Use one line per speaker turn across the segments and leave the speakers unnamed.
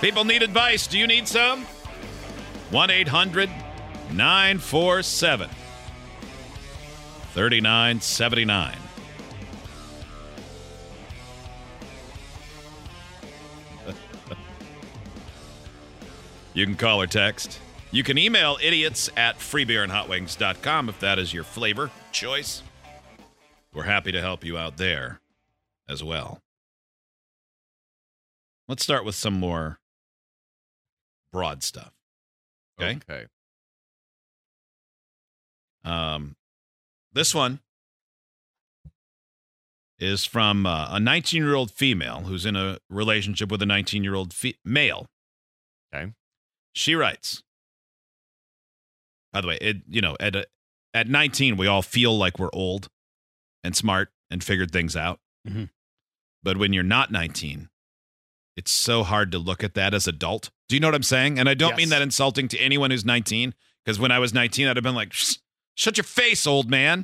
People need advice. Do you need some? 1 800 947 3979. You can call or text. You can email idiots at freebeerandhotwings.com if that is your flavor choice. We're happy to help you out there as well. Let's start with some more broad stuff. Okay.
Okay.
Um, this one is from uh, a 19 year old female who's in a relationship with a 19 year old fe- male.
Okay.
She writes. By the way, it you know at a, at 19 we all feel like we're old and smart and figured things out,
Mhm.
but when you're not 19, it's so hard to look at that as adult. Do you know what I'm saying? And I don't mean
Yes.
that insulting to anyone who's 19 because when I was 19 I'd have been like, "Shh, shut your face, old man.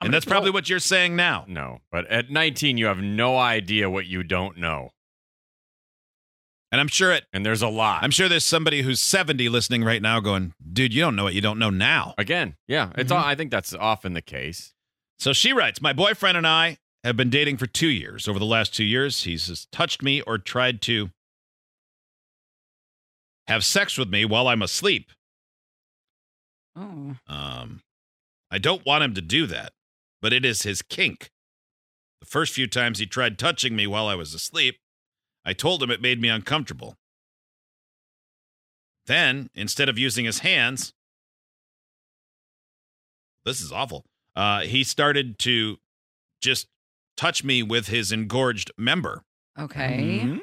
I'm an
and that's probably
adult.
what you're saying now.
No, but at 19, you have no idea what you don't know,
And I'm sure it.
and there's a lot.
I'm sure there's somebody who's 70 listening right now going, dude, you don't know what you don't know now.
Again, yeah, it's.
Mhm.
all I think that's often the case.
So she writes, My boyfriend and I have been dating for two years. Over the last two years, he's has touched me or tried to have sex with me while I'm asleep.
Oh.
Um, I don't want him to do that, but it is his kink. The first few times he tried touching me while I was asleep, I told him it made me uncomfortable. Then, instead of using his hands, this is awful. Uh, he started to just touch me with his engorged member.
Okay.
Mm-hmm.
Mhm.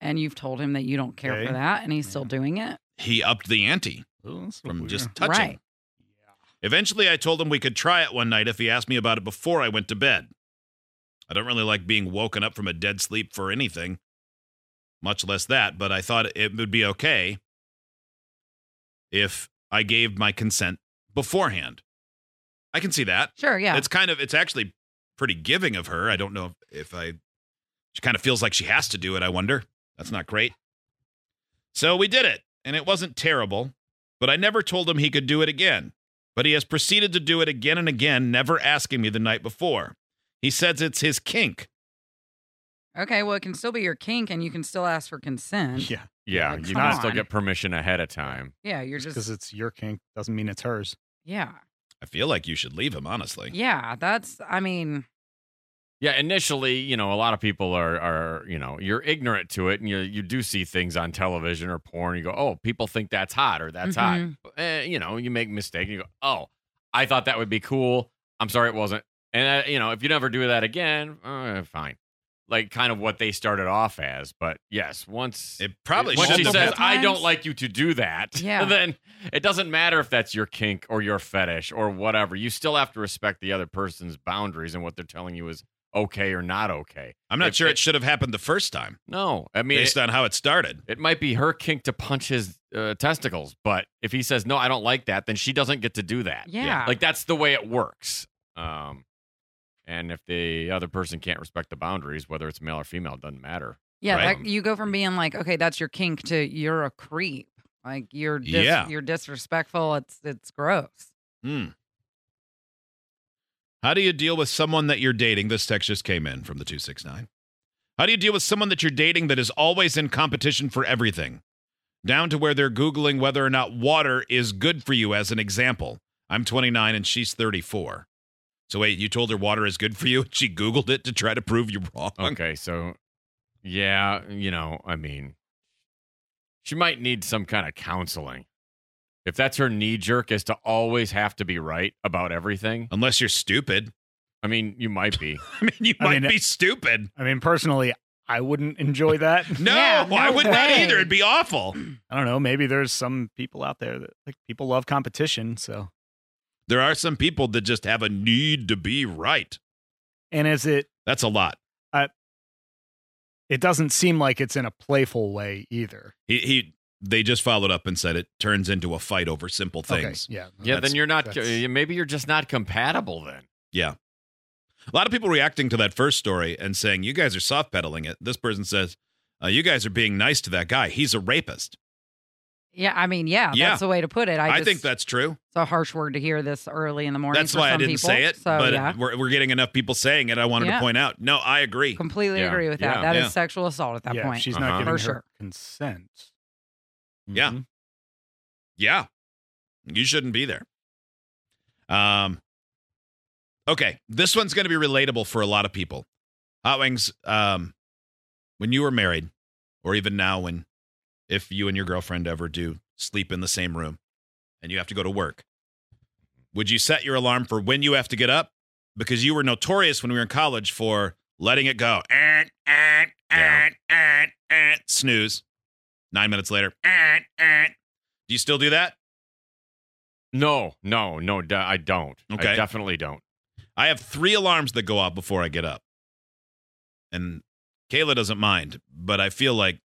And you've told him that you don't care
Okay.
for that, and he's still doing it.
He upped the ante from
Oh,
just touching.
Right.
Eventually, I told him we could try it one night if he asked me about it before I went to bed. I don't really like being woken up from a dead sleep for anything, much less that, but I thought it would be okay if I gave my consent beforehand. I can see that.
Sure. Yeah.
It's kind of, it's actually pretty giving of her. I don't know if, if I, she kind of feels like she has to do it. I wonder. That's not great. So we did it, and it wasn't terrible, but I never told him he could do it again. But he has proceeded to do it again and again, never asking me the night before. He says it's his kink.
okay. Well, it can still be your kink, and you can still ask for consent.
Yeah,
Yeah,
Like,
you
come
can still
on.
get permission ahead of time.
Yeah. You're
because
just.
it's your kink doesn't mean it's hers.
Yeah.
I feel like you should leave him, honestly.
Yeah. That's. I mean.
Yeah, initially, you know, a lot of people are are you know you're ignorant to it, and you you do see things on television or porn. You go, oh, people think that's hot or that's
Mhm.
hot. Eh, you know, you make a mistake, and you go, oh, I thought that would be cool. I'm sorry, it wasn't. And uh, you know, if you never do that again, uh, fine. Like kind of what they started off as, but yes, once
It probably
When
Once
she
should
shouldn't
says,
have
"I
happened.
don't like you to do that,"
Yeah.
then it doesn't matter if that's your kink or your fetish or whatever. You still have to respect the other person's boundaries and what they're telling you is okay or not okay.
I'm not
If
sure
it-
it should have happened the first time,
No, I mean,
based
it,
on how it started.
it might be her kink to punch his uh, testicles, but if he says no, I don't like that, then she doesn't get to do that.
Yeah. Yeah.
like that's the way it works. Um, and if the other person can't respect the boundaries, whether it's male or female, it doesn't matter.
Yeah.
Right.
That, you go from being like, okay, that's your kink, to you're a creep. Like you're. Dis-
Yeah.
You're disrespectful. It's it's gross.
Hmm. How do you deal with someone that you're dating? This text just came in from the 269. How do you deal with someone that you're dating that is always in competition for everything? Down to where they're Googling whether or not water is good for you, as an example. I'm 29 and she's 34. So, wait, you told her water is good for you? and She Googled it to try to prove you wrong.
Okay, so yeah, you know, I mean, she might need some kind of counseling. If that's her knee jerk is to always have to be right about everything,
Unless you're stupid.
I mean, you might be.
I mean, you
I
might
mean,
be stupid.
I mean, personally, I wouldn't enjoy that.
No,
Yeah,
I
no
would not
way.
either. It'd be awful.
I don't know. Maybe there's some people out there that like people love competition. So,
There are some people that just have a need to be right.
and is it?
That's a lot.
It doesn't seem like it's in a playful way either.
He he they just followed up and said it turns into a fight over simple things.
Okay. Yeah.
Yeah,
That's-
then you're not.
that's-
Maybe you're just not compatible. Then
A lot of people reacting to that first story and saying, You guys are soft pedaling it. This person says, Uh, you guys are being nice to that guy. He's a rapist.
Yeah, I mean, yeah,
Yeah.
that's the way to put it. I,
I,
just-
think that's true.
it's a harsh word to hear this early in the morning.
That's
for
why I
some
didn't
people.
say it,
So
but
yeah,
we're, we're getting enough people saying it. I wanted to
Yeah.
point out. No, I agree.
completely
Yeah.
agree with that.
Yeah.
That is
Yeah.
sexual assault at that
yeah,
point.
She's
Uh-huh.
not giving
For
her
sure.
consent.
Yeah.
Mhm.
Yeah. You shouldn't be there. Um Okay, this one's going to be relatable for a lot of people. Hot Wings, um when you were married or even now when if you and your girlfriend ever do sleep in the same room and you have to go to work, would you set your alarm for when you have to get up because you were notorious when we were in college for letting it go. Eh, eh, eh, eh, eh, snooze. 9 minutes later. Eh, eh. Do you still do that?
No, no, no, d- I don't.
Okay.
I definitely don't.
I have three alarms that go off before I get up. And Kayla doesn't mind, but I feel like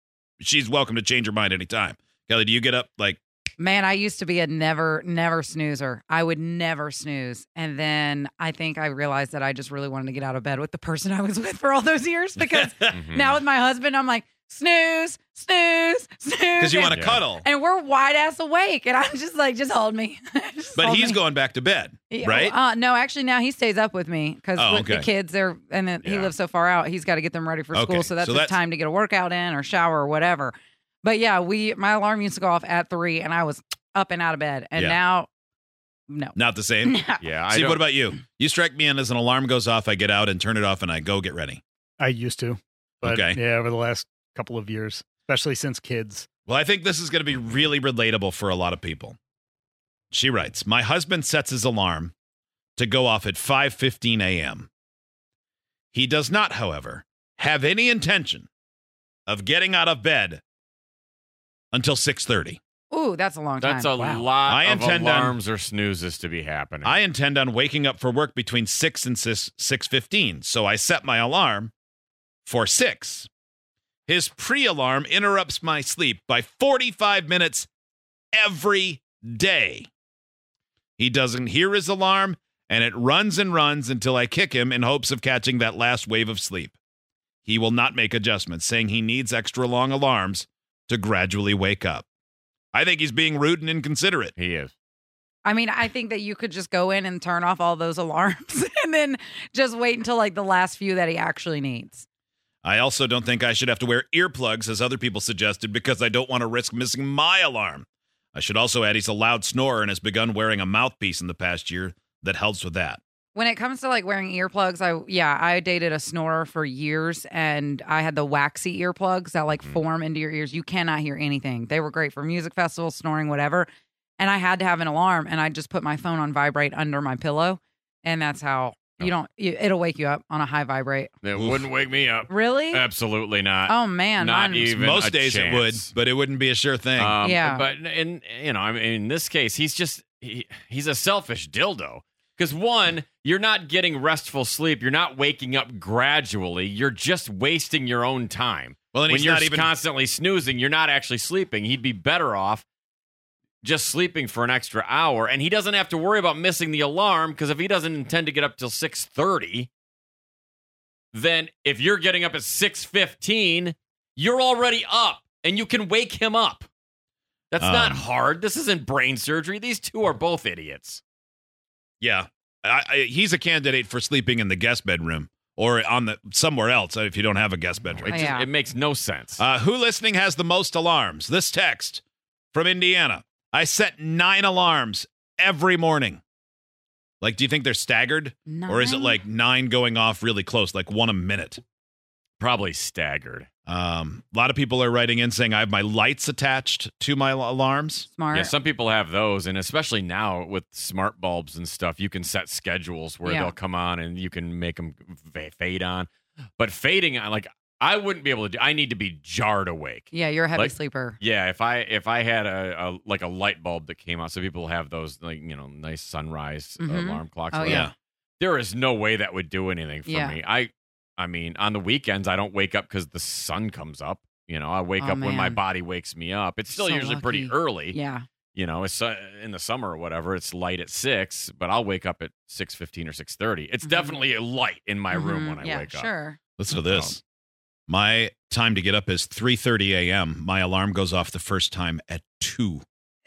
she's welcome to change her mind anytime. Kelly, do you get up like
Man, I used to be a never, never snoozer. I would never snooze. And then I think I realized that I just really wanted to get out of bed with the person I was with for all those years because
Hmm.
Mhm.
now with my husband, I'm like, snooze, snooze, snooze.
because you
and-
want to
Yeah.
cuddle?
and we're wide ass awake. And I'm just like, just hold me. Just
But
hold
he's
me.
going back to bed.
Yeah,
right?
Uh, no, actually, now he stays up with me because
Oh,
the
okay.
kids they're and then he
Yeah.
lives so far out. He's got to get them ready for
Okay,
school, so that's
so
his
that's-
time to get a workout in or shower or whatever. But yeah, we my alarm used to go off at three, and I was up and out of bed, and
Yeah.
now no.
Not the same.
Yeah. I
See,
don't,
what about you? You strike me in as an alarm goes off, I get out and turn it off and I go get ready.
I used to. But
Okay.
yeah, over the last couple of years, especially since kids.
Well, I think this is going to be really relatable for a lot of people. She writes, "My husband sets his alarm to go off at 5:15 a.m. He does not, however, have any intention of getting out of bed until 6:30.
Ooh, that's a long time.
That's a
Wow.
lot
I
of
intend on-
alarms or snoozes to be happening.
I intend on waking up for work between 6 and 6, 6:15, so I set my alarm for 6. His pre-alarm interrupts my sleep by 45 minutes every day. He doesn't hear his alarm and it runs and runs until I kick him in hopes of catching that last wave of sleep. He will not make adjustments, saying he needs extra long alarms to gradually wake up. I think he's being rude and inconsiderate.
he is.
I mean, I think that you could just go in and turn off all those alarms, and then just wait until like the last few that he actually needs.
I also don't think I should have to wear earplugs as other people suggested because I don't want to risk missing my alarm. I should also add he's a loud snorer and has begun wearing a mouthpiece in the past year that helps with that.
When it comes to like wearing earplugs, I yeah, I dated a snorer for years and I had the waxy earplugs that like
Mhm.
form into your ears. You cannot hear anything. They were great for music festivals, snoring, whatever. And I had to have an alarm and I just put my phone on vibrate under my pillow. And that's how you
Oh.
don't, you, it'll wake you up on a high vibrate.
It
Oof.
wouldn't wake me up.
Really?
Absolutely not.
oh man.
Uh, not
mine-
even
Most
a
days it
chance.
would, but it wouldn't be a sure thing.
Um,
Oh, Yeah.
But in you know, I mean, in this case, he's just he, he's a selfish dildo. Because one, you're not getting restful sleep. You're not waking up gradually. You're just wasting your own time.
well, and
when
he's
you're
not even
constantly snoozing, you're not actually sleeping. He'd be better off just sleeping for an extra hour, and he doesn't have to worry about missing the alarm. Because if he doesn't intend to get up till six thirty, then if you're getting up at six fifteen, you're already up, and you can wake him up. That's not
Um,
hard. This isn't brain surgery. These two are both idiots.
Yeah, I, I, he's a candidate for sleeping in the guest bedroom or on the somewhere else if you don't have a guest
It,
bedroom.
just-
Yeah.
it makes no sense.
Uh, who listening has the most alarms? This text from Indiana. I set nine alarms every morning. Like, do you think they're staggered? Or is it
Nine?
like nine going off really close, like one a minute?
Probably staggered.
Um, a lot of people are writing in saying I have my lights attached to my al- alarms.
smart?
Yeah, some people have those, and especially now with smart bulbs and stuff, you can set schedules where
Yeah.
they'll come on and you can make them fade on. But fading, I- like I wouldn't be able to do. I need to be jarred awake.
yeah, you're a heavy
Like-
sleeper.
Yeah, if I if I had a, a like a light bulb that came out, so people have those like you know nice sunrise
Mhm.
alarm clocks.
Oh,
like,
yeah.
there is no way that would do anything for
Yeah.
me. I I mean, on the weekends I don't wake up because the sun comes up. You know, I wake
Oh,
up when my
man.
body wakes me up. It's still
So
usually pretty
lucky.
early
Yeah.
you know, it's uh, in the summer or whatever. It's light at six, but I'll wake up at six fifteen or six thirty. It's
Mhm.
definitely a light in my room
Mhm.
when I
yeah,
wake up.
Sure.
Listen to this. My time to get up is 3:30 a.m. My alarm goes off the first time at 2.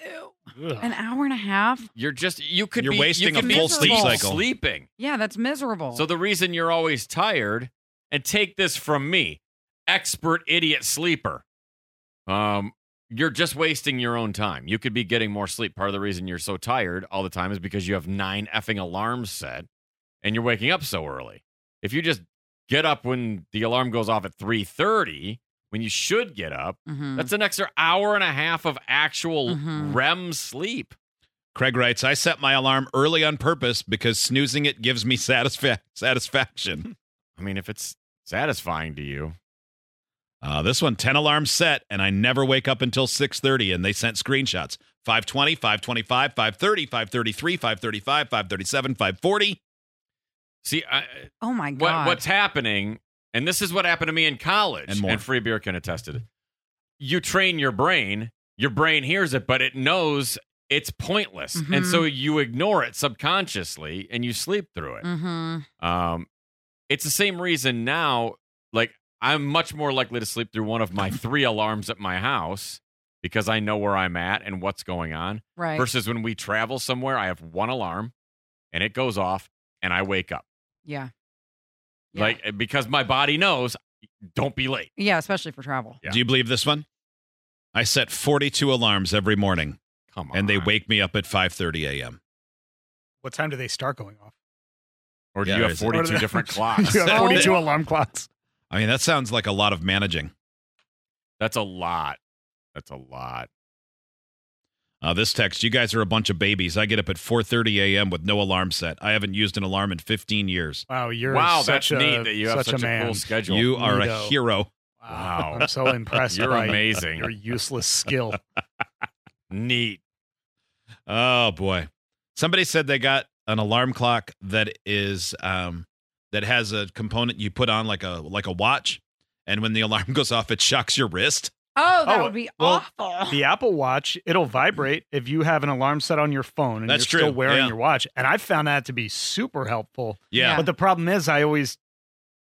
Ew.
Ugh.
An hour and a half?
You're just you could
You're
be,
wasting
you could
a
be
full sleep
sleep-
cycle.
Sleeping.
Yeah, that's miserable.
So the reason you're always tired, and take this from me, expert idiot sleeper, um, you're just wasting your own time. You could be getting more sleep. Part of the reason you're so tired all the time is because you have nine effing alarms set, and you're waking up so early. If you just get up when the alarm goes off at three thirty, when you should get up,
Mhm.
that's an extra hour and a half of actual
Mhm.
REM sleep.
Craig writes, I set my alarm early on purpose because snoozing it gives me satisfa- satisfaction.
I mean, if it's satisfying to you,
Uh, this one, 10 alarms set, and I never wake up until 6.30, and they sent screenshots. 520, 525, 530, 533, 535, 537, 540.
see, I,
oh my
what,
god.
what's happening, and this is what happened to me in college,
And more.
Free Beer can attest to it. You train your brain, your brain hears it, but it knows it's pointless, and
Mhm.
so you ignore it subconsciously, and you sleep through it.
Mm-hmm.
Um, it's the same reason now. Like I'm much more likely to sleep through one of my three alarms at my house because I know where I'm at and what's going on.
Right.
Versus when we travel somewhere, I have one alarm, and it goes off, and I wake up.
yeah. Yeah.
Like eh, because my body knows, don't be late.
yeah, especially for travel.
Yeah.
Do you believe this one? I set 42 alarms every morning,
Come on.
and they wake me up at 5.30 a.m.
What time do they start going off?
Or do
Yeah,
you
there
have
is a-
What are
42
the-
different clocks?
You have
Oh.
42 alarm clocks.
I mean, that sounds like a lot of managing.
That's a lot. That's a lot.
Uh, this text, you guys are a bunch of babies. I get up at 4.30 a.m. with no alarm set. I haven't used an alarm in 15 years.
Wow, you're
wow,
such
that's
a,
neat that you have
such
such a,
man.
cool schedule.
You are a
Neato.
hero.
Wow.
I'm so impressed
You're
by
amazing.
your useless skill.
neat.
Oh boy. Somebody said they got an alarm clock that is um that has a component you put on like a like a watch and when the alarm goes off it shocks your wrist.
Oh, that
Oh,
would be
well,
awful.
the Apple Watch, it'll vibrate if you have an alarm set on your phone and
That's
you're
true,
still wearing
yeah.
your watch. And I found that to be super helpful.
Yeah.
Yeah.
But the problem is, I always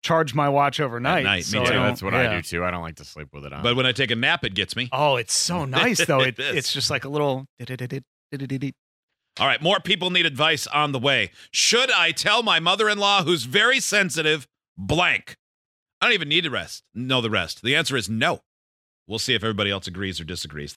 charge my watch overnight.
night, me
so
too.
I
Yeah,
don't-
that's what
yeah.
I do too. I don't like to sleep with it on.
But when I take a nap it gets me.
Oh, it's so nice though.
It
It,
is.
it's just like a little.
All right, more people need advice on the way. Should I tell my mother-in-law who's very sensitive blank? I don't even need to rest. Know the rest. The answer is no. We'll see if everybody else agrees or disagrees.